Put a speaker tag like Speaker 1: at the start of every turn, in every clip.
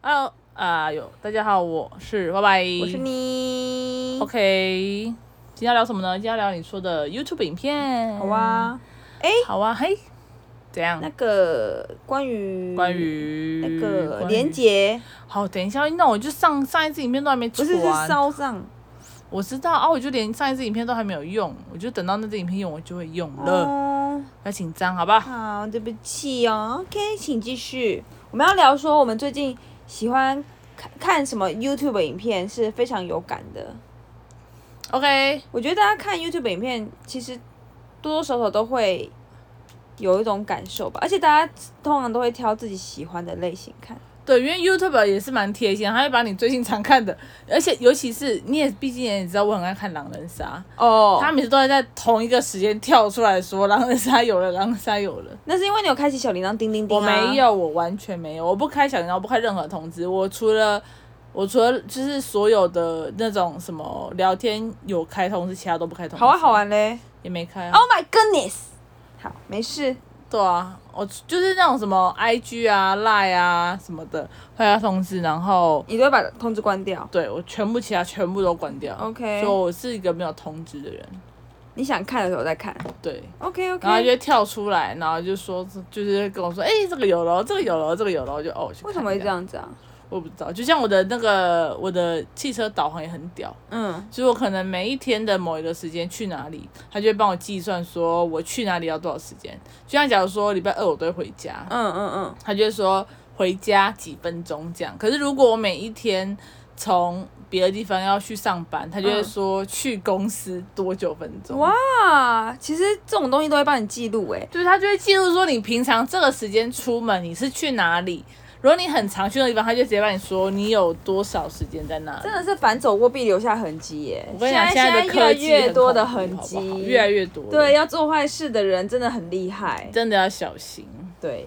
Speaker 1: 啊啊哟，大家好，我是拜拜，
Speaker 2: 我是你。
Speaker 1: OK，今天要聊什么呢？今天要聊你说的 YouTube 影片。
Speaker 2: 好，啊，
Speaker 1: 好啊，嘿，怎样
Speaker 2: 那？个关于
Speaker 1: 关于
Speaker 2: 那个
Speaker 1: 关于
Speaker 2: 连接，
Speaker 1: 好，等一下，那我就上上一次影片都还没
Speaker 2: 不
Speaker 1: 传，
Speaker 2: 是是烧上
Speaker 1: 我知道啊，我就连上一次影片都还没有用，我就等到那支影片用，我就会用了，
Speaker 2: 哦。
Speaker 1: 不要紧张，好吧？
Speaker 2: 好，对不起哦。OK，请继续。我们要聊说我们最近喜欢看看什么 YouTube 影片是非常有感的。
Speaker 1: OK，
Speaker 2: 我觉得大家看 YouTube 影片，其实多多少少都会有一种感受吧，而且大家通常都会挑自己喜欢的类型看。
Speaker 1: 对，因为 YouTube 也是蛮贴心的，他会把你最近常看的，而且尤其是你也毕竟也知道我很爱看狼人杀，
Speaker 2: 哦
Speaker 1: 他每次都会在同一个时间跳出来说狼人杀有了，狼人杀有了。
Speaker 2: 那是因为你有开启小铃铛叮叮叮、
Speaker 1: 我
Speaker 2: 啊。
Speaker 1: 没。有，我完全没有，我不开小铃铛，我不开任何通知，我除了我除了就是所有的那种什么聊天有开通知，其他都不开通知。
Speaker 2: 好啊玩好玩嘞。
Speaker 1: 也没开、啊。
Speaker 2: Oh my goodness！好，没事。
Speaker 1: 对啊，我就是那种什么 IG 啊、Line 啊什么的会要通知，然后
Speaker 2: 你都会把通知关掉。
Speaker 1: 对我全部其他全部都关掉。
Speaker 2: OK
Speaker 1: 所以我是一个没有通知的人。
Speaker 2: 你想看的时候再看。
Speaker 1: 对。
Speaker 2: OK
Speaker 1: 然后就
Speaker 2: OK。
Speaker 1: 会跳出来，然后就说，就是跟我说，哎、这个有了，这个有了，这个有了，我就哦，我去看
Speaker 2: 为什么会这
Speaker 1: 一下？
Speaker 2: 样子啊？
Speaker 1: 我不知道。就像我的那个我的汽车导航也很屌，
Speaker 2: 嗯，
Speaker 1: 就是我可能每一天的某一个时间去哪里，它就会帮我计算说我去哪里要多少时间。就像假如说礼拜二我都会回家，
Speaker 2: 嗯嗯嗯，
Speaker 1: 他就会说回家几分钟这样。可是如果我每一天从别的地方要去上班，他就会说去公司多久分钟。
Speaker 2: 哇啊，其实这种东西都会帮你记录欸诶。
Speaker 1: 就是他就会记录说你平常这个时间出门你是去哪里。如果你很常去的地方，他就直接帮你说你有多少时间在那里
Speaker 2: 真。的是反走过必留下痕迹耶。
Speaker 1: 我跟你讲，
Speaker 2: 现
Speaker 1: 现在的
Speaker 2: 越来
Speaker 1: 科技
Speaker 2: 越
Speaker 1: 很
Speaker 2: 多的
Speaker 1: 恐怖
Speaker 2: 痕
Speaker 1: 好不好
Speaker 2: 迹，
Speaker 1: 越来越多了，
Speaker 2: 对，要做坏事的人真的很厉害。
Speaker 1: 真的要小心。
Speaker 2: 对，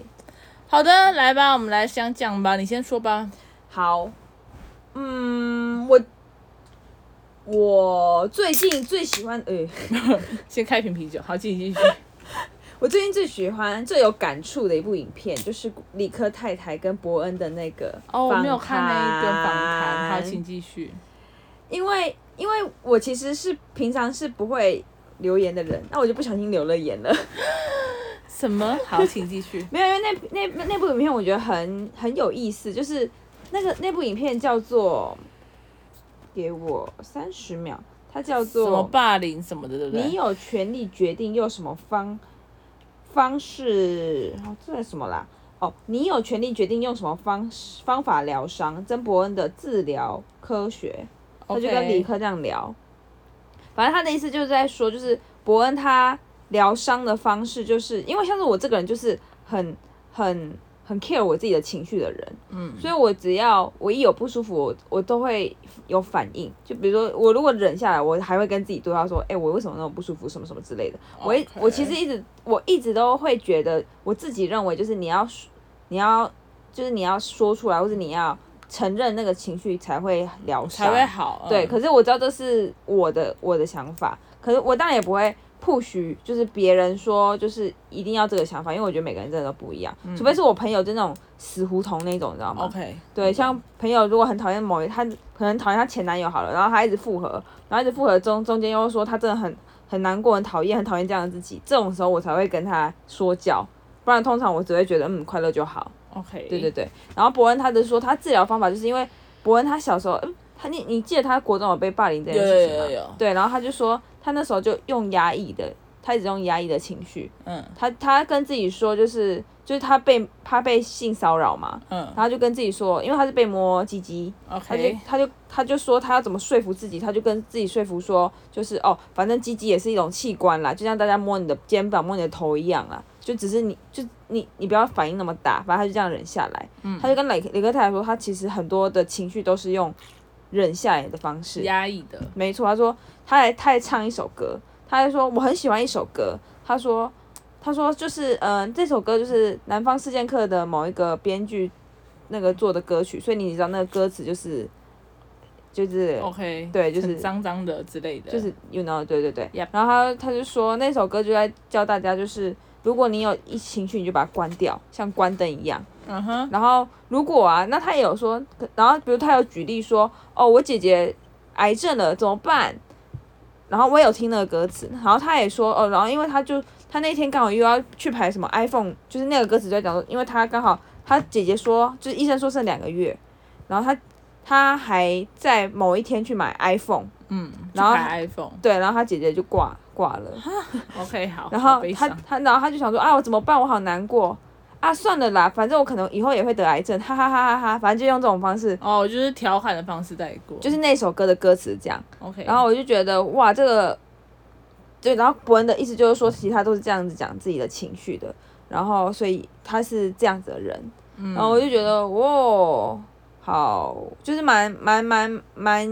Speaker 1: 好的，来吧，我们来想讲吧，你先说吧。
Speaker 2: 好，嗯，我我最近最喜欢，呃诶。
Speaker 1: 先开瓶啤酒，好，继续继续。
Speaker 2: 我最近最喜欢、最有感触的一部影片，就是理科太太跟伯恩的那个
Speaker 1: 哦，我没有
Speaker 2: 访
Speaker 1: 看那一个访谈，好，
Speaker 2: 谈
Speaker 1: 请继续。
Speaker 2: 因为因为我其实是平常是不会留言的人，那我就不小心留了言了。。
Speaker 1: 什么？好，请继续
Speaker 2: 没有，因为那那那部影片我觉得很很有意思，就是那个那部影片叫做，给我三十秒，它叫
Speaker 1: 什么
Speaker 2: 做
Speaker 1: 霸凌什么的，对不
Speaker 2: 你
Speaker 1: 对？
Speaker 2: 有权利决定用什么方方式，哦，这是什么啦？哦，你有权利决定用什么方式方法疗伤。曾伯恩的治疗科学，他就跟理
Speaker 1: OK，
Speaker 2: 科这样聊。反正他的意思就是在说，就是伯恩他疗伤的方式，就是因为像是我这个人就是很很很 care 我自己的情绪的人，
Speaker 1: 嗯，
Speaker 2: 所以我只要我一有不舒服，我我都会有反应。就比如说，我如果忍下来，我还会跟自己对话说，哎、我为什么那么不舒服，什么什么之类的。我一
Speaker 1: 哦 OK
Speaker 2: 我其实一直我一直都会觉得，我自己认为就是你要你要就是你要说出来，或者你要承认那个情绪才会疗伤，
Speaker 1: 才会好。嗯
Speaker 2: 对，可是我知道这是我的我的想法，可是我当然也不会 push，就是别人说就是一定要这个想法，因为我觉得每个人真的都不一样，除非是我朋友就那种死胡同那种，你知道吗
Speaker 1: OK，
Speaker 2: 对，像朋友如果很讨厌某一，她可能讨厌她前男友好了，然后她一直复合，然后一直复合中中间又说她真的很很难过、很讨厌、很讨厌这样的自己，这种时候我才会跟她说教，不然通常我只会觉得嗯快乐就好。
Speaker 1: OK，
Speaker 2: 对对，对，然后伯恩他就说他治疗方法就是因为伯恩他小时候，嗯，他你你记得他国中有被霸凌这件
Speaker 1: 有
Speaker 2: 事
Speaker 1: 有
Speaker 2: 情
Speaker 1: 有
Speaker 2: 吗？
Speaker 1: 有，
Speaker 2: 对，然后他就说他那时候就用压抑的，他一直用压抑的情绪，
Speaker 1: 嗯
Speaker 2: 他他跟自己说就是就是他被他被性骚扰嘛，
Speaker 1: 嗯
Speaker 2: 然后就跟自己说，因为他是被摸鸡鸡，他就
Speaker 1: ，OK，
Speaker 2: 他就他就说他要怎么说服自己，他就跟自己说服说，就是哦，反正鸡鸡也是一种器官啦，就像大家摸你的肩膀、摸你的头一样啦，就只是你就你你不要反应那么大，反正他就这样忍下来。
Speaker 1: 嗯
Speaker 2: 他就跟雷雷克太太说，他其实很多的情绪都是用忍下来的方式。
Speaker 1: 压抑的，
Speaker 2: 没错，他说他还他还唱一首歌，他还说我很喜欢一首歌，他说他说就是嗯、呃这首歌就是南方四剑客的某一个编剧那个做的歌曲，所以你知道那个歌词就是就是
Speaker 1: OK，
Speaker 2: 对就是
Speaker 1: 很脏脏的之类的，
Speaker 2: 就是 you know 对对对
Speaker 1: Yep
Speaker 2: 然后他他就说那首歌就在教大家就是如果你有一情绪你就把它关掉，像关灯一样，
Speaker 1: 嗯哼，
Speaker 2: 然后如果啊，那他也有说，然后比如他有举例说，哦，我姐姐癌症了怎么办？然后我也有听那个歌词，然后他也说，哦，然后因为他就他那天刚好又要去排什么 iPhone，就是那个歌词就在讲说，因为他刚好他姐姐说，就是医生说剩两个月，然后他他还在某一天去买 iPhone，
Speaker 1: 嗯，
Speaker 2: 然后
Speaker 1: 去排 iPhone，OK，、
Speaker 2: 对，然后他姐姐就挂挂了。
Speaker 1: 好，
Speaker 2: 然
Speaker 1: 哦好
Speaker 2: 后
Speaker 1: 悲
Speaker 2: 他
Speaker 1: 伤
Speaker 2: 他然后他就想说啊，我怎么办？我好难过啊！算了啦，反正我可能以后也会得癌症，哈哈哈哈哈！反正就用这种方式，
Speaker 1: 哦，就是调侃的方式带过，
Speaker 2: 就是那首歌的歌词这样。
Speaker 1: OK，
Speaker 2: 然后我就觉得哇，这个对，然后伯恩的意思就是说，其实他都是这样子讲自己的情绪的，然后所以他是这样子的人，
Speaker 1: 嗯
Speaker 2: 然后我就觉得哇，好，就是蛮蛮蛮蛮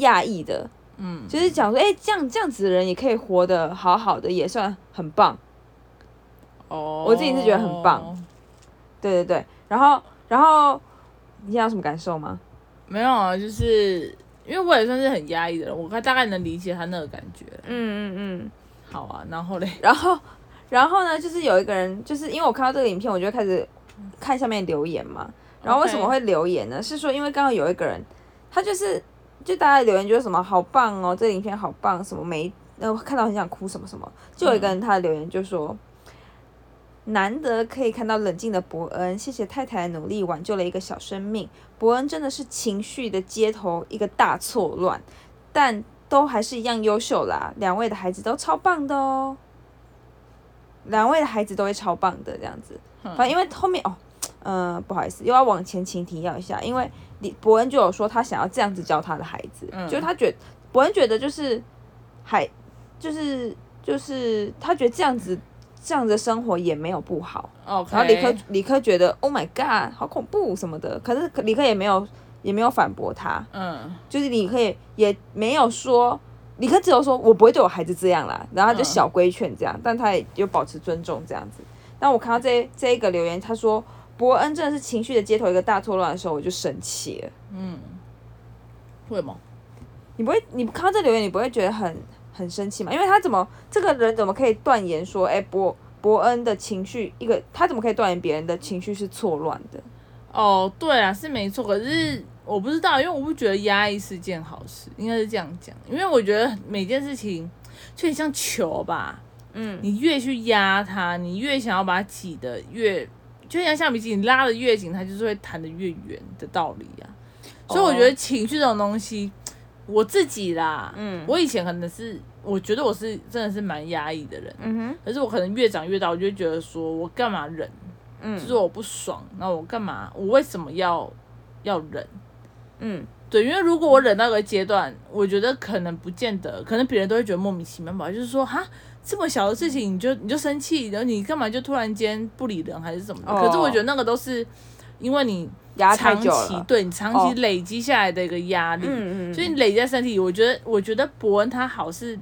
Speaker 2: 讶异的，
Speaker 1: 嗯，
Speaker 2: 就是讲说，哎、这样这样子的人也可以活得好好的，也算很棒。
Speaker 1: 哦，
Speaker 2: 我自己是觉得很棒，对对对，然后然后你现在有什么感受吗？
Speaker 1: 没有啊，就是因为我也算是很压抑的人，我大概能理解他那个感觉。
Speaker 2: 嗯嗯嗯。
Speaker 1: 好啊，然后嘞，
Speaker 2: 然后然后呢，就是有一个人，就是因为我看到这个影片，我就会开始看下面留言嘛。然后为什么
Speaker 1: OK
Speaker 2: 会留言呢？是说因为刚刚有一个人，他就是就大家留言就是什么好棒哦，这个影片好棒，什么没呃看到很想哭什么什么。就有一个人他的留言就说。难得可以看到冷静的伯恩，谢谢太太的努力挽救了一个小生命。伯恩真的是情绪的街头一个大错乱，但都还是一样优秀啦。两位的孩子都超棒的哦，两位的孩子都会超棒的这样子。
Speaker 1: 反
Speaker 2: 反正因为后面哦，嗯、不好意思，又要往前情提要一下，因为李伯恩就有说他想要这样子教他的孩子，
Speaker 1: 嗯
Speaker 2: 就是他觉得伯恩觉得就是还就是就是他觉得这样子这样子的生活也没有不好。
Speaker 1: OK，
Speaker 2: 然后理科理科觉得 Oh my God，好恐怖什么的，可是理科也没有也没有反驳他，
Speaker 1: 嗯
Speaker 2: 就是理科也也没有说，理科只有说我不会对我孩子这样啦，然后他就
Speaker 1: 嗯
Speaker 2: 小规劝这样，但他也就保持尊重这样子。但我看到这这一个留言，他说伯恩真的是情绪的街头一个大错乱的时候，我就生气了。
Speaker 1: 嗯，为什么？
Speaker 2: 你不会，你看到这留言，你不会觉得很很生气吗？因为他怎么这个人怎么可以断言说，哎、伯伯恩的情绪一个，他怎么可以断言别人的情绪是错乱的？
Speaker 1: 哦，对啊，是没错，可是我不知道，因为我不觉得压抑是件好事，应该是这样讲，因为我觉得每件事情就很像球吧，
Speaker 2: 嗯
Speaker 1: 你越去压它，你越想要把它挤得越，就像橡皮筋，你拉得越紧，它就是会弹得越远的道理啊。
Speaker 2: 哦
Speaker 1: 所以我觉得情绪这种东西，我自己啦，
Speaker 2: 嗯
Speaker 1: 我以前可能是，我觉得我是真的是蛮压抑的人，
Speaker 2: 嗯哼，
Speaker 1: 可是我可能越长越大，我就觉得说我干嘛忍，
Speaker 2: 嗯
Speaker 1: 就是我不爽，那我干嘛，我为什么要要忍？
Speaker 2: 嗯
Speaker 1: 对，因为如果我忍到个阶段，我觉得可能不见得，可能别人都会觉得莫名其妙吧，就是说哈，这么小的事情你
Speaker 2: 嗯
Speaker 1: 就你就生气，然后你干嘛就突然间不理人还是怎么的？
Speaker 2: 哦
Speaker 1: 可是我觉得那个都是因为你
Speaker 2: 压太
Speaker 1: 长
Speaker 2: 久
Speaker 1: 期
Speaker 2: 了，
Speaker 1: 对你长
Speaker 2: 哦
Speaker 1: 期累积下来的一个压力，
Speaker 2: 嗯嗯，
Speaker 1: 所以你累积在身体里。我觉得，我觉得伯恩他好是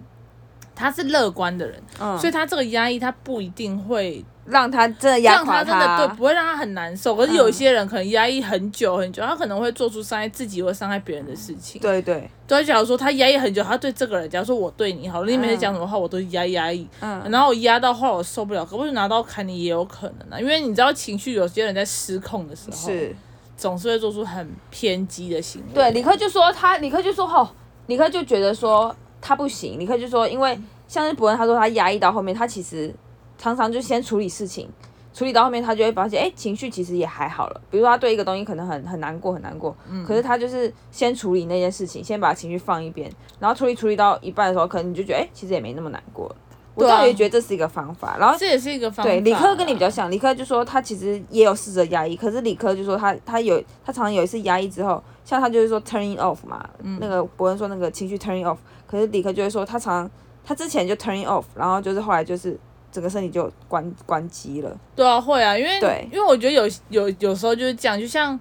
Speaker 1: 他是乐观的人，
Speaker 2: 嗯
Speaker 1: 所以他这个压抑他不一定会
Speaker 2: 让他真的压
Speaker 1: 让
Speaker 2: 垮
Speaker 1: 他真的对
Speaker 2: 他，嗯
Speaker 1: 不会让他很难受。可是有一些人可能压抑很久很久，他可能会做出伤害自己或伤害别人的事情。
Speaker 2: 对对，
Speaker 1: 对，假如说他压抑很久，他对这个人，假如说我对你好，你每次讲什么话我都压抑压抑，啊
Speaker 2: 嗯
Speaker 1: 然后我压到后来我受不了，可不可以拿刀砍你也有可能啊，因为你知道情绪有些人在失控的时候，
Speaker 2: 是，
Speaker 1: 总是会做出很偏激的行为。
Speaker 2: 对，李克就说他，李克就说吼，李克就觉得说哦他不行，李克就说因为像是伯恩他说他压抑到后面，他其实常常就先处理事情。处理到后面，他就会发现，哎、情绪其实也还好了。比如说，他对一个东西可能很很难过，很难过，可是他就是先处理那件事情，先把情绪放一边，然后处理处理到一半的时候，可能你就觉得，哎、其实也没那么难过了。我
Speaker 1: 对啊
Speaker 2: 倒也觉得这是一个方法。然后
Speaker 1: 这也是一个方法。啊
Speaker 2: 对，理科跟你比较，像，理科就说他其实也有试着压抑，可是理科就说他他有他常常有一次压抑之后，像他就是说 turning off 嘛，那个伯恩说那个情绪 turning off，可是理科就会说他常他之前就 turning off，然后就是后来就是整个身体就关关机了，
Speaker 1: 对啊，会啊，因为
Speaker 2: 对
Speaker 1: 因为我觉得有有有时候就是这样，就像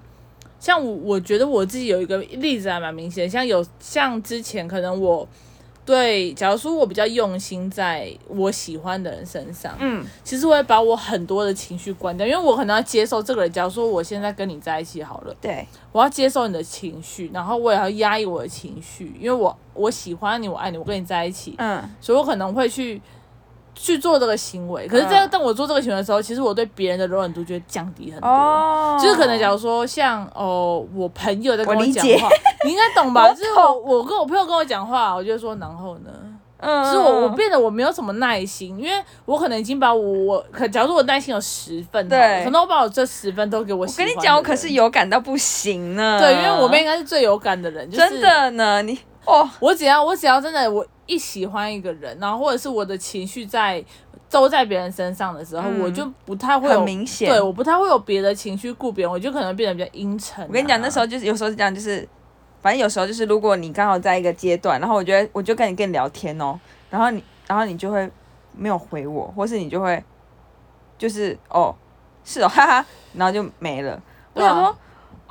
Speaker 1: 像我我觉得我自己有一个例子还蛮明显，像有像之前可能我对，假如说我比较用心在我喜欢的人身上，
Speaker 2: 嗯
Speaker 1: 其实我会把我很多的情绪关掉，因为我可能要接受这个人。假如说我现在跟你在一起好了，
Speaker 2: 对，
Speaker 1: 我要接受你的情绪，然后我也要压抑我的情绪，因为我我喜欢你，我爱你，我跟你在一起，
Speaker 2: 嗯
Speaker 1: 所以我可能会去去做这个行为。可是这样，
Speaker 2: 嗯
Speaker 1: 当我做这个行为的时候，其实我对别人的容忍度就会降低很多。
Speaker 2: 哦，
Speaker 1: 就是可能假如说像哦，我朋友在跟
Speaker 2: 我理
Speaker 1: 讲
Speaker 2: 解
Speaker 1: 话， 你应该懂
Speaker 2: 我
Speaker 1: 吧？
Speaker 2: 懂
Speaker 1: 就是我我跟我朋友跟我讲话，我就说然后呢，
Speaker 2: 嗯，
Speaker 1: 就是我我变得我没有什么耐心，因为我可能已经把我我可假如说我耐心有十分好了，
Speaker 2: 对
Speaker 1: 可能我把我这十分都给我
Speaker 2: 我
Speaker 1: 喜
Speaker 2: 跟
Speaker 1: 欢
Speaker 2: 你
Speaker 1: 的
Speaker 2: 讲，我可
Speaker 1: 人
Speaker 2: 是有感到不行呢。
Speaker 1: 对，因为我妹应该是最有感的人，就是、
Speaker 2: 真。的呢，你哦，
Speaker 1: 我只要我只要真的我一喜欢一个人，然后或者是我的情绪在都在别人身上的时候，
Speaker 2: 嗯
Speaker 1: 我就不太会
Speaker 2: 很
Speaker 1: 有
Speaker 2: 明显。
Speaker 1: 对，我不太会有别的情绪顾别人，我就可能变得比较阴沉啊、
Speaker 2: 我跟你讲，那时候就是有时候是这样，就是反正有时候就是，如果你刚好在一个阶段，然后我觉得我就跟你跟你聊天哦，然后你然后你就会没有回我，或是你就会就是哦是哦 哈哈，然后就没了。我
Speaker 1: 对啊
Speaker 2: 想说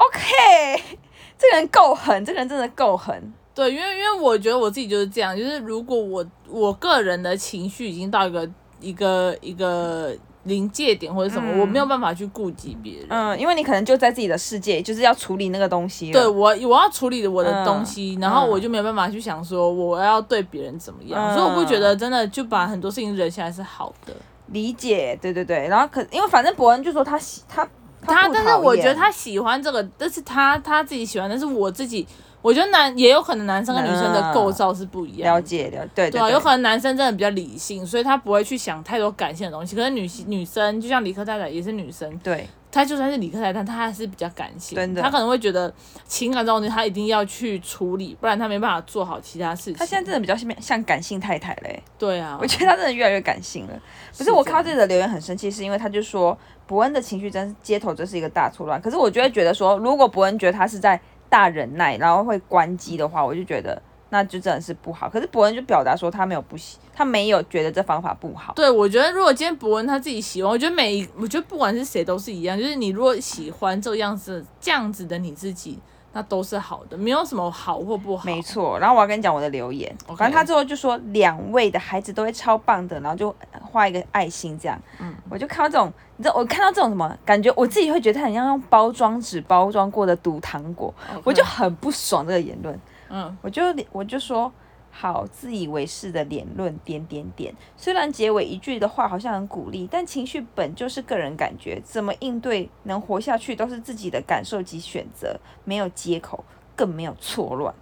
Speaker 2: ，OK，这 个人够狠，这个人真的够狠。
Speaker 1: 对，因为因为我觉得我自己就是这样，就是如果我我个人的情绪已经到一个一个一个临界点或者什么，
Speaker 2: 嗯
Speaker 1: 我没有办法去顾及别人。
Speaker 2: 嗯，因为你可能就在自己的世界，就是要处理那个东西了。
Speaker 1: 对我，我要处理我的东西，然后
Speaker 2: 嗯
Speaker 1: 我就没有办法去想说我要对别人怎么样，
Speaker 2: 嗯
Speaker 1: 所以我不觉得真的就把很多事情忍下来是好的。
Speaker 2: 理解，对对对。然后可因为反正伯恩就说他喜他
Speaker 1: 他，
Speaker 2: 不
Speaker 1: 但是
Speaker 2: 讨
Speaker 1: 我觉得
Speaker 2: 厌
Speaker 1: 他喜欢这个，但是他他自己喜欢，但是我自己，我觉得男也有可能男生跟女生的
Speaker 2: 嗯
Speaker 1: 构造是不一样
Speaker 2: 了
Speaker 1: 的。
Speaker 2: 解了，对对
Speaker 1: 对啊，有可能男生真的比较理性，所以他不会去想太多感性
Speaker 2: 嗯
Speaker 1: 的东西。可是女女生就像理科太太也是女生，
Speaker 2: 对，
Speaker 1: 她就算是理科太太，她还是比较感性
Speaker 2: 真，的
Speaker 1: 她可能会觉得情感这种东西她一定要去处理，不然她没办法做好其他事情。
Speaker 2: 他现在真的比较像像感性太太嘞，
Speaker 1: 对啊，
Speaker 2: 我觉得他真的越来越感性了。可哦是我看到这
Speaker 1: 这
Speaker 2: 里的留言很生气，是因为他就说伯恩的情绪真是街头，真是一个大错乱。可是我就会觉得说，如果伯恩觉得他是在大忍耐，然后会关机的话，我就觉得那就真的是不好。可是伯恩就表达说他没有不喜，他没有觉得这方法不好。
Speaker 1: 对，我觉得如果今天伯恩他自己喜欢，我觉得每一，我觉得不管是谁都是一样，就是你如果喜欢这样子这样子的你自己，那都是好的，没有什么好或不好。
Speaker 2: 没错，然后我要跟你讲我的留言
Speaker 1: OK
Speaker 2: 反正他最后就说两位的孩子都会超棒的，然后就画一个爱心这样。嗯，我就看到这种，你知道我看到这种什么感觉，我自己会觉得他很像用包装纸包装过的毒糖果
Speaker 1: OK，
Speaker 2: 我就很不爽这个言论，
Speaker 1: 嗯，
Speaker 2: 我就我就说好自以为是的言论点点点。虽然结尾一句的话好像很鼓励，但情绪本就是个人感觉，怎么应对能活下去都是自己的感受及选择，没有接口，更没有错乱。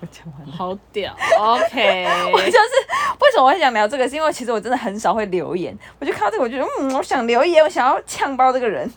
Speaker 2: 我讲完了。
Speaker 1: 好屌，OK，
Speaker 2: 我就是为什么我会想聊这个，是因为其实我真的很少会留言，我就看到这个，我就觉得嗯，我想留言，我想要呛爆这个人，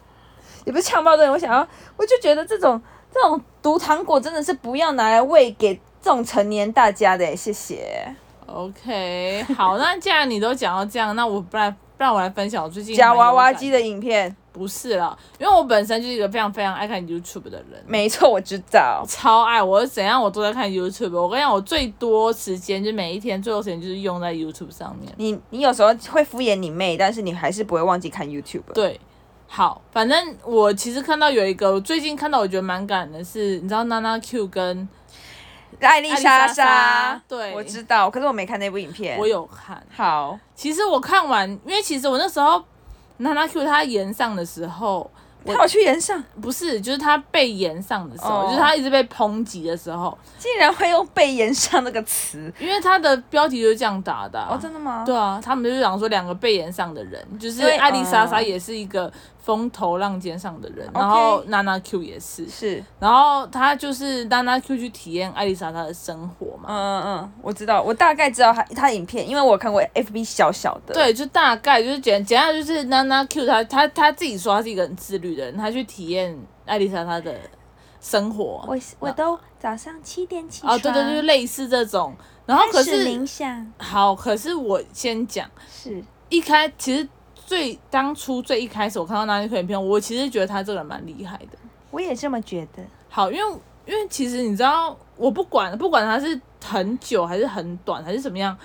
Speaker 2: 也不是呛爆这个人，我想要，我就觉得这种这种毒糖果真的是不要拿来喂给这种成年大家的，欸谢谢。
Speaker 1: OK，好，那既然你都讲到这样，那我不然不然我来分享我最近
Speaker 2: 夹
Speaker 1: 很有
Speaker 2: 娃娃
Speaker 1: 感
Speaker 2: 机的影片，
Speaker 1: 不是啦，因为我本身就是一个非常非常爱看 YouTube 的人，
Speaker 2: 没错，我知道。
Speaker 1: 超爱，我是怎样我都在看 YouTube。我跟你讲，我最多时间就每一天最多时间就是用在 YouTube 上面。
Speaker 2: 你你有时候会敷衍你妹，但是你还是不会忘记看 YouTube。
Speaker 1: 对，好，反正我其实看到有一个，我最近看到我觉得蛮感人的是，你知道娜娜 Q 跟
Speaker 2: 艾丽莎
Speaker 1: 艾丽莎莎
Speaker 2: 莎，
Speaker 1: 对
Speaker 2: 我知道，可是我没看那部影片。
Speaker 1: 我有看，
Speaker 2: 好，
Speaker 1: 其实我看完，因为其实我那时候娜娜 Q 她延上的时候，我
Speaker 2: 她有去演上，
Speaker 1: 不是就是她被延上的时候
Speaker 2: 哦
Speaker 1: 就是她一直被抨击的时候，
Speaker 2: 竟然会用被演上这个词。
Speaker 1: 因为她的标题就是这样打的、啊。
Speaker 2: 哦，真的吗？
Speaker 1: 对啊，他们就是讲说两个被延上的人，就是
Speaker 2: 因为
Speaker 1: 艾丽莎
Speaker 2: 嗯
Speaker 1: 莎也是一个风头浪尖上的人，
Speaker 2: OK
Speaker 1: 然后娜娜 Q 也是，
Speaker 2: 是，
Speaker 1: 然后她就是娜娜 Q 去体验艾丽莎莎的生活嘛，
Speaker 2: 嗯嗯嗯，我知道，我大概知道他他影片，因为我有看过 FB 小小的。，
Speaker 1: 对，就大概就是简简单就是娜娜 Q 她她她自己说她是一个很自律的人，她去体验艾丽莎莎的生活
Speaker 3: 我我都早上七点起床，
Speaker 1: 啊，对对，就是类似这种。然后可
Speaker 3: 开始
Speaker 1: 是
Speaker 3: 冥想，
Speaker 1: 好，可是我先讲
Speaker 3: 是
Speaker 1: 一开，其实最当初最一开始我看到娜娜 Q 影片，我其实觉得她这个人蛮厉害的。
Speaker 3: 我也这么觉得。
Speaker 1: 好，因为因为其实你知道，我不管不管他是很久还是很短还是怎么样，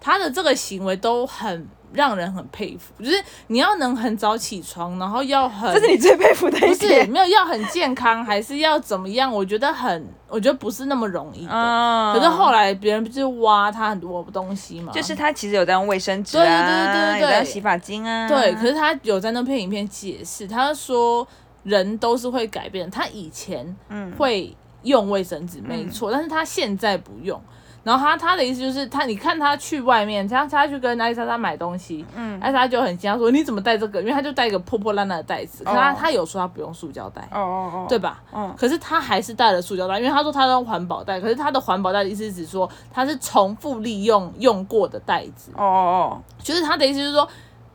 Speaker 1: 他的这个行为都很让人很佩服。就是你要能很早起床，然后要很
Speaker 2: 这是你最佩服的
Speaker 1: 不
Speaker 2: 一
Speaker 1: 是
Speaker 2: 点。
Speaker 1: 没有要很健康，还是要怎么样？我觉得很，我觉得不是那么容易的。
Speaker 2: 嗯
Speaker 1: 可是后来别人不是挖他很多东西嘛，
Speaker 2: 就是他其实有在用卫生纸啊，
Speaker 1: 对对对对对
Speaker 2: 有在用洗发精啊。
Speaker 1: 对，可是他有在那篇影片解释，他说人都是会改
Speaker 2: 嗯
Speaker 1: 变的，他以前会用卫生纸，没错，但是他现在不用。然后他他的意思就是他，你看他去外面，他他去跟艾莎莎买东西，
Speaker 2: 嗯，
Speaker 1: 艾莎莎就很惊讶说你怎么带这个？因为他就带一个破破烂烂的袋子，可是他、
Speaker 2: 哦
Speaker 1: 他有说他不用塑胶袋，
Speaker 2: 哦哦哦，
Speaker 1: 对，吧？
Speaker 2: 嗯
Speaker 1: 可是他还是带了塑胶袋，因为他说他都用环保袋，可是他的环保袋的意思是指说他是重复利用用过的袋子，
Speaker 2: 哦哦
Speaker 1: 就是他的意思就是说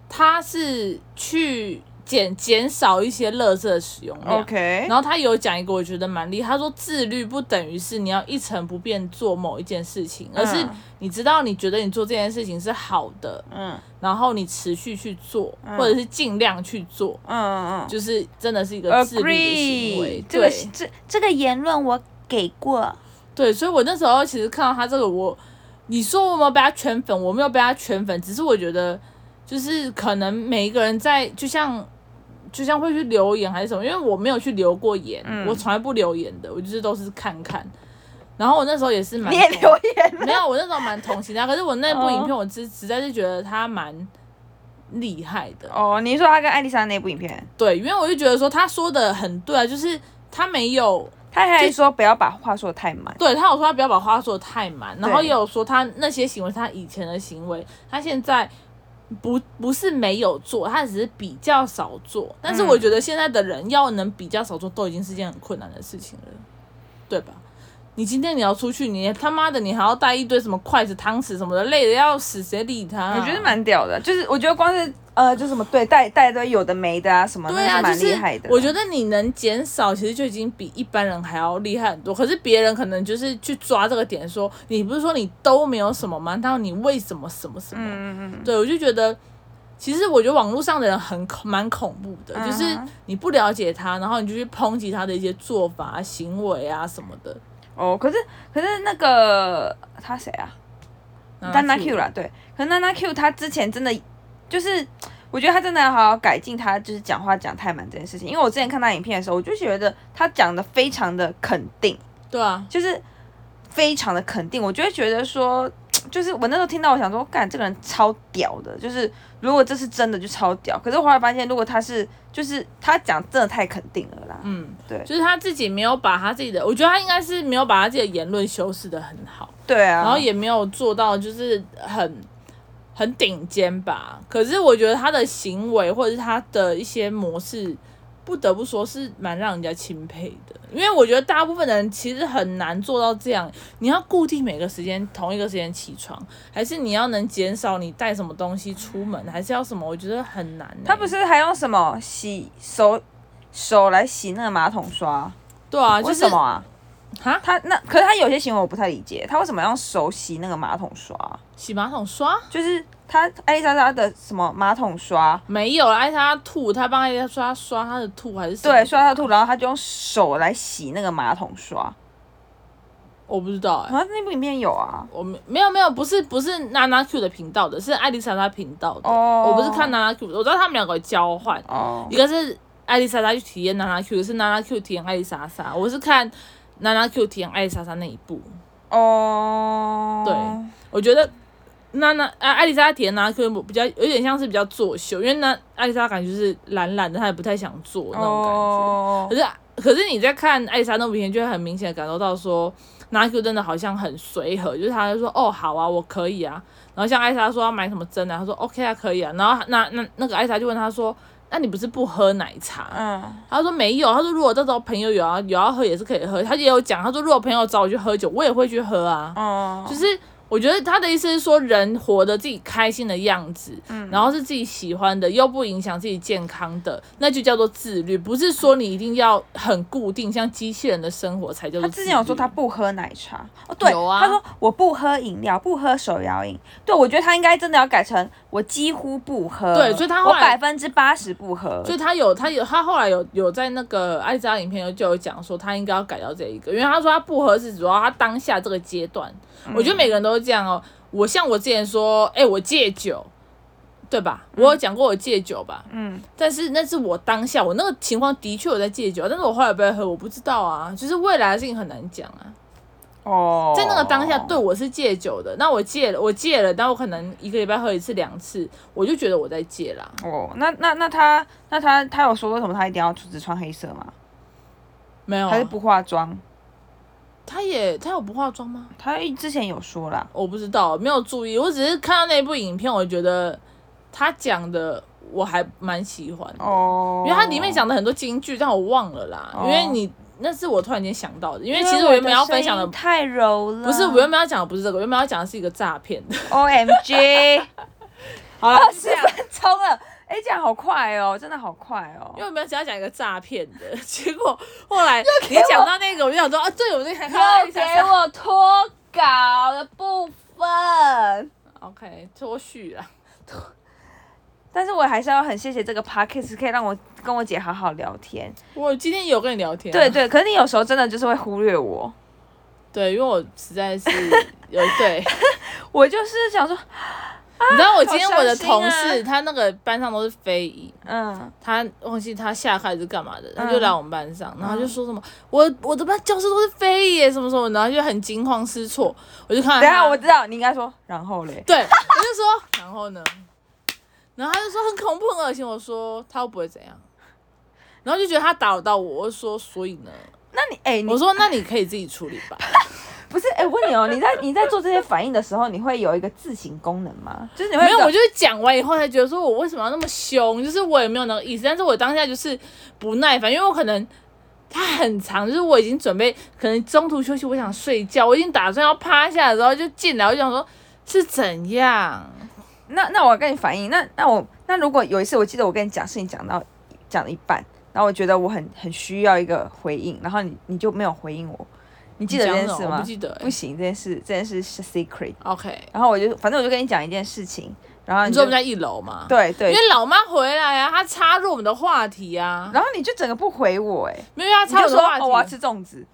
Speaker 1: 他是去减减少一些垃圾的使用
Speaker 2: 哦
Speaker 1: 量。
Speaker 2: ，OK，
Speaker 1: 然后他有讲一个我觉得蛮厉害，他说自律不等于是你要一成不变做某一件事情，而是
Speaker 2: 嗯
Speaker 1: 你知道你觉得你做这件事情是好的，
Speaker 2: 嗯
Speaker 1: 然后你持续去做，或者是尽量去做，
Speaker 2: 嗯嗯嗯
Speaker 1: 就是真的是一个自律的行为
Speaker 2: ，agree，。这个
Speaker 1: 对
Speaker 2: 是这
Speaker 4: 这个言论我给过，
Speaker 1: 对，所以我那时候其实看到他这个，我你说我有没有被他圈粉？我没有被他圈粉，只是我觉得就是可能每一个人在就像。就像会去留言还是什么，因为我没有去留过言，
Speaker 2: 嗯
Speaker 1: 我从来不留言的，我就是都是看看。然后我那时候也是蛮
Speaker 2: 你也
Speaker 1: 同
Speaker 2: 留言，
Speaker 1: 没有，我那时候蛮同情他，可是我那部
Speaker 2: 哦
Speaker 1: 影片我实实在是觉得他蛮厉害的，
Speaker 2: 哦，你说他跟艾丽莎那部影片，
Speaker 1: 对，因为我就觉得说他说的很对啊，就是他没有
Speaker 2: 他还说不要把话说得太满，
Speaker 1: 对他有说他不要把话说的太满，然后
Speaker 2: 对
Speaker 1: 也有说他那些行为是他以前的行为，他现在不不是没有做，他只是比较少做。但
Speaker 2: 嗯
Speaker 1: 是我觉得现在的人要能比较少做，都已经是件很困难的事情了，对吧？你今天你要出去，你他妈的你还要带一堆什么筷子、汤匙什么的，累的要死，谁理他、啊？
Speaker 2: 我觉得蛮屌的，就是我觉得光是呃，就什么对带带都有的没的啊，什么
Speaker 1: 对
Speaker 2: 那
Speaker 1: 啊，
Speaker 2: 是
Speaker 1: 就
Speaker 2: 蛮厉
Speaker 1: 是
Speaker 2: 害的。
Speaker 1: 我觉得你能减少，其实就已经比一般人还要厉害很多。可是别人可能就是去抓这个点说，你不是说你都没有什么吗？那你为什么什么什么？
Speaker 2: 嗯，嗯嗯
Speaker 1: 对我就觉得，其实我觉得网络上的人很恐蛮恐怖的，
Speaker 2: 嗯
Speaker 1: 就是
Speaker 2: 哼
Speaker 1: 你不了解他，然后你就去抨击他的一些做法、啊、行为啊什么的。
Speaker 2: 哦，可是可是那个他谁啊？丹娜 Q 啦，对，可是丹娜 Q 她之前真的就是，我觉得她真的要好好改进她就是讲话讲太满这件事情。因为我之前看她影片的时候，我就觉得她讲的非常的肯定，
Speaker 1: 对啊，
Speaker 2: 就是非常的肯定。我就会觉得说，就是我那时候听到，我想说，干这个人超屌的，就是如果这是真的就超屌。可是我后来发现，如果他是就是他讲真的太肯定了啦，
Speaker 1: 嗯，
Speaker 2: 对
Speaker 1: 就是他自己没有把他自己的，我觉得他应该是没有把他自己的言论修饰的很好。
Speaker 2: 对啊，
Speaker 1: 然后也没有做到就是很很顶尖吧。可是我觉得他的行为或者是他的一些模式，不得不说是蛮让人家钦佩的。因为我觉得大部分的人其实很难做到这样，你要固定每个时间同一个时间起床，还是你要能减少你带什么东西出门，还是要什么？我觉得很难欸、
Speaker 2: 他不是还用什么洗手手来洗那个马桶刷？
Speaker 1: 对啊，就
Speaker 2: 为
Speaker 1: 是
Speaker 2: 什么啊？
Speaker 1: 哈
Speaker 2: 他那可是他有些行为我不太理解，他为什么要用手洗那个马桶刷？
Speaker 1: 洗马桶刷
Speaker 2: 就是他艾丽莎莎的什么马桶刷，
Speaker 1: 没有啦，艾莎吐，他帮艾莎刷刷他的吐还是什么
Speaker 2: 对，刷他吐，然后他就用手来洗那个马桶刷。
Speaker 1: 我不知道哎、
Speaker 2: 好像那部影片有啊。
Speaker 1: 我没没有没有，不是不是娜娜 Q 的频道的，是艾丽莎莎频道的。
Speaker 2: 哦
Speaker 1: 我不是看娜娜 Q，我知道他们两个有交换，
Speaker 2: 哦
Speaker 1: 一，个是艾丽莎莎去体验娜娜 Q，是娜娜 Q 体验艾丽莎莎。我是看娜娜 Q 体验艾丽莎莎那一部，
Speaker 2: 哦，
Speaker 1: 对我觉得娜娜啊艾丽莎莎体验娜娜 Q 比较有点像是比较作秀，因为那艾丽莎感觉就是懒懒的，她也不太想做那种感觉。
Speaker 2: 哦
Speaker 1: 可，是可是你在看艾莎那部影片，就会很明显的感受到说，拿 Q 真的好像很随和，就是他就说哦好啊，我可以啊。然后像艾莎说要买什么针啊，他说 OK 啊可以啊。然后那那那个艾莎就问他说，那你不是不喝奶茶？
Speaker 2: 嗯，
Speaker 1: 他说没有，他说如果到时候朋友有要有要喝也是可以喝。他也有讲，他说如果朋友找我去喝酒，我也会去喝啊。
Speaker 2: 哦，
Speaker 1: 就是我觉得他的意思是说，人活得自己开心的样子，
Speaker 2: 嗯
Speaker 1: 然后是自己喜欢的，又不影响自己健康的，那就叫做自律。不是说你一定要很固定，像机器人的生活才叫
Speaker 2: 他
Speaker 1: 做自
Speaker 2: 之
Speaker 1: 律。
Speaker 2: 前有说他不喝奶茶，哦，对，
Speaker 1: 有啊
Speaker 2: 他说我不喝饮料，不喝手摇饮。对，我觉得他应该真的要改成我几乎不喝，
Speaker 1: 对所以他后
Speaker 2: 我
Speaker 1: 来
Speaker 2: 百分之八十不喝，
Speaker 1: 就他有，他有，他后来有有在那个艾莎影片有就有讲说，他应该要改掉这一个，因为他说他不合适，主要他当下这个阶段，
Speaker 2: 嗯
Speaker 1: 我觉得每个人都是这样哦。我像我之前说，哎、我戒酒，对吧？我有讲过我戒酒吧，
Speaker 2: 嗯，
Speaker 1: 但是那是我当下我那个情况的确有在戒酒，啊但是我后来不会喝，我不知道啊，就是未来的事情很难讲啊。
Speaker 2: 哦，
Speaker 1: 在那个当下，对我是戒酒的，那我戒了，我戒了，但我可能一个礼拜喝一次两次，我就觉得我在戒啦。
Speaker 2: 哦，那那那他那他他有说为什么他一定要只穿黑色吗？
Speaker 1: 没有啊，
Speaker 2: 还是不化妆？
Speaker 1: 他也他有不化妆吗？
Speaker 2: 他之前有说啦，
Speaker 1: 我不知道，没有注意，我只是看到那部影片，我觉得他讲的我还蛮喜欢的，
Speaker 2: 哦
Speaker 1: 因为它里面讲的很多金句，但我忘了啦，
Speaker 2: 哦
Speaker 1: 因为你那是我突然间想到的，因
Speaker 2: 因
Speaker 1: 为其实我原本要分享
Speaker 2: 的声
Speaker 1: 的
Speaker 2: 音。太柔了，
Speaker 1: 不是，我原本要讲的不是这个，我原本要讲的是一个诈骗的。
Speaker 2: O M G，
Speaker 5: 好了，
Speaker 2: 十分钟了，哎，这样好快哦，真的好快哦
Speaker 1: 因为。我们只要讲一个诈骗的，结果后来你讲到那个，我就想说啊，对，我就想看
Speaker 2: 又给我脱稿的部分。
Speaker 1: OK 脱序啦。
Speaker 2: 但是我还是要很谢谢这个 podcast，可以让我跟我姐好好聊天。
Speaker 1: 我今天有跟你聊天啊、
Speaker 2: 对对，可是你有时候真的就是会忽略我，
Speaker 1: 对，因为我实在是有对，
Speaker 2: 我就是想说，
Speaker 1: 你知道我今天我的同
Speaker 2: 好伤
Speaker 1: 事，
Speaker 2: 心啊
Speaker 1: 他那个班上都是非裔，
Speaker 2: 嗯，
Speaker 1: 他忘记他下课还是干嘛的，他
Speaker 2: 嗯
Speaker 1: 就来我们班上，然后就说什么我我的班教室都是非裔耶什么什么，然后就很惊慌失措，我就看到
Speaker 2: 等一下
Speaker 1: 他
Speaker 2: 我知道你应该说，然后 嘞，
Speaker 1: 对，我就说然后呢，然后他就说很恐怖很恶心，我说他又不会怎样，然后就觉得他打扰到我，我就说所以呢，
Speaker 2: 那你哎、你
Speaker 1: 我说那你可以自己处理 吧，
Speaker 2: 不是哎、我问你哦，你在你在做这些反应的时候，你会有一个自省功能吗？就是你会
Speaker 1: 没有，
Speaker 2: 有
Speaker 1: 我就是讲完以后才觉得说我为什么要那么凶，就是我也没有那个意思，但是我当下就是不耐烦，因为我可能他很长，就是我已经准备可能中途休息，我想睡觉，我已经打算要趴下的时候就进来，我就想说是怎样，
Speaker 2: 那那我跟你反映，那那我那如果有一次，我记得我跟你讲事情讲到讲了一半，然后我觉得我很很需要一个回应，然后你你就没有回应我，你记得这件
Speaker 1: 你讲
Speaker 2: 事
Speaker 1: 什么
Speaker 2: 吗？
Speaker 1: 我不记得欸
Speaker 2: 不行，这件事这件事是 secret。
Speaker 1: OK，
Speaker 2: 然后我就反正我就跟你讲一件事情，然后
Speaker 1: 你
Speaker 2: 啊你
Speaker 1: 说我
Speaker 2: 就
Speaker 1: 们在一楼吗？，
Speaker 2: 对对
Speaker 1: 因，为老妈回来啊，她插入我们的话题啊，
Speaker 2: 然后你就整个不回我、哎，
Speaker 1: 没有她
Speaker 2: 你
Speaker 1: 插
Speaker 2: 就
Speaker 1: 入
Speaker 2: 说
Speaker 1: 我
Speaker 2: 哦我
Speaker 1: 的话
Speaker 2: 要
Speaker 1: 题，
Speaker 2: 吃粽子，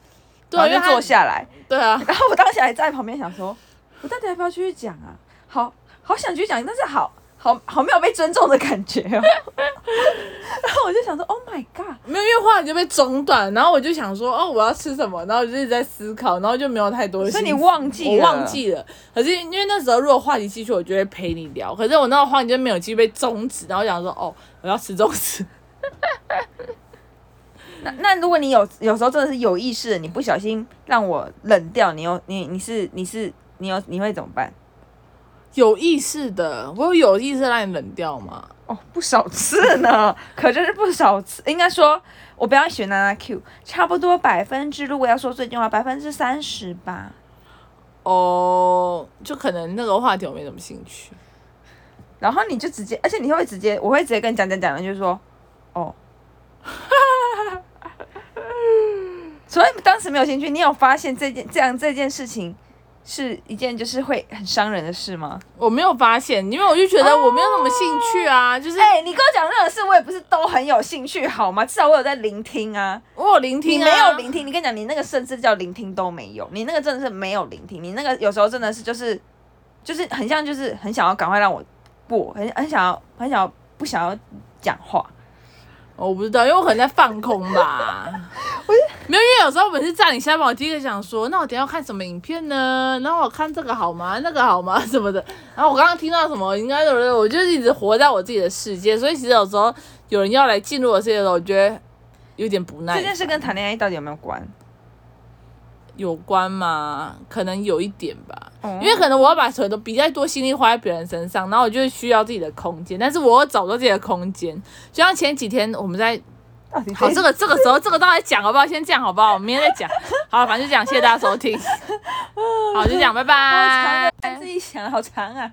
Speaker 1: 对，啊因
Speaker 2: 然
Speaker 1: 为
Speaker 2: 后
Speaker 1: 她
Speaker 2: 就坐，下来，
Speaker 1: 对啊，
Speaker 2: 然后我当时还在旁边想说，我到底要不要继续讲啊？好好想去讲，但是好好好没有被尊重的感觉哦。 然后我就想说，Oh my god！
Speaker 1: 没有，因为话题就被中断，然后我就想说，哦，我要吃什么，然后我就一直在思考，然后就没有太多的
Speaker 2: 所
Speaker 1: 心
Speaker 2: 以
Speaker 1: 思。
Speaker 2: 你忘记了
Speaker 1: 我忘记了。可是因为那时候如果话题继续，我就会陪你聊。可是我那个话题就没有继续被终止，然后想说，哦，我要吃粽子。
Speaker 2: 那那如果你有有时候真的是有意识的，你不小心让我冷掉，你有你你是你是你有你会怎么办？
Speaker 1: 有意识的，我有有意识地让你冷掉吗？
Speaker 2: 哦，不少次呢，可真是不少次。应该说，我不要学娜娜 Q，差不多百分之，如果要说最近的话，百分之三十吧。
Speaker 1: 哦、就可能那个话题我没什么兴趣。
Speaker 2: 然后你就直接，而且你会直接，我会直接跟你讲讲讲的，就是说，哦， 所以当时没有兴趣。你有发现这件这样这件事情是一件就是会很伤人的事吗？
Speaker 1: 我没有发现，因为我就觉得我没有什么兴趣啊就是
Speaker 2: 哎、你跟我讲任何事，我也不是都很有兴趣好吗？至少我有在聆听啊。
Speaker 1: 我有聆听、
Speaker 2: 你
Speaker 1: 啊，
Speaker 2: 没有聆听，你跟你讲，你那个甚至叫聆听都没有，你那个真的是没有聆听，你那个有时候真的是就是就是很像就是很想要赶快让我过，很很想要很想要不想要讲话。
Speaker 1: 哦我不知道，因为我可能在放空吧。 没有，因为有时候每次站你下班，我第一个想说，那我等一下要看什么影片呢？然后我看这个好吗？那个好吗？ 什么的。然后我刚刚听到什么，应该有人，我就一直活在我自己的世界。所以其实有时候有人要来进入我的世界的时候，我觉得有点不耐
Speaker 2: 这
Speaker 1: 烦。
Speaker 2: 件事跟谈恋爱到底有没有关？
Speaker 1: 有关吗？可能有一点吧，
Speaker 2: 嗯
Speaker 1: 因为可能我要把所有的比较多心力花在别人身上，然后我就需要自己的空间，但是我又找不到自己的空间。就像前几天我们在
Speaker 2: 到底
Speaker 1: 好，这个这个时候这个到底讲好不好？先这样好不好？我们明天再讲。好了，反正就这样，谢谢大家收听。好，就这样，拜拜。
Speaker 2: 自己想好长啊。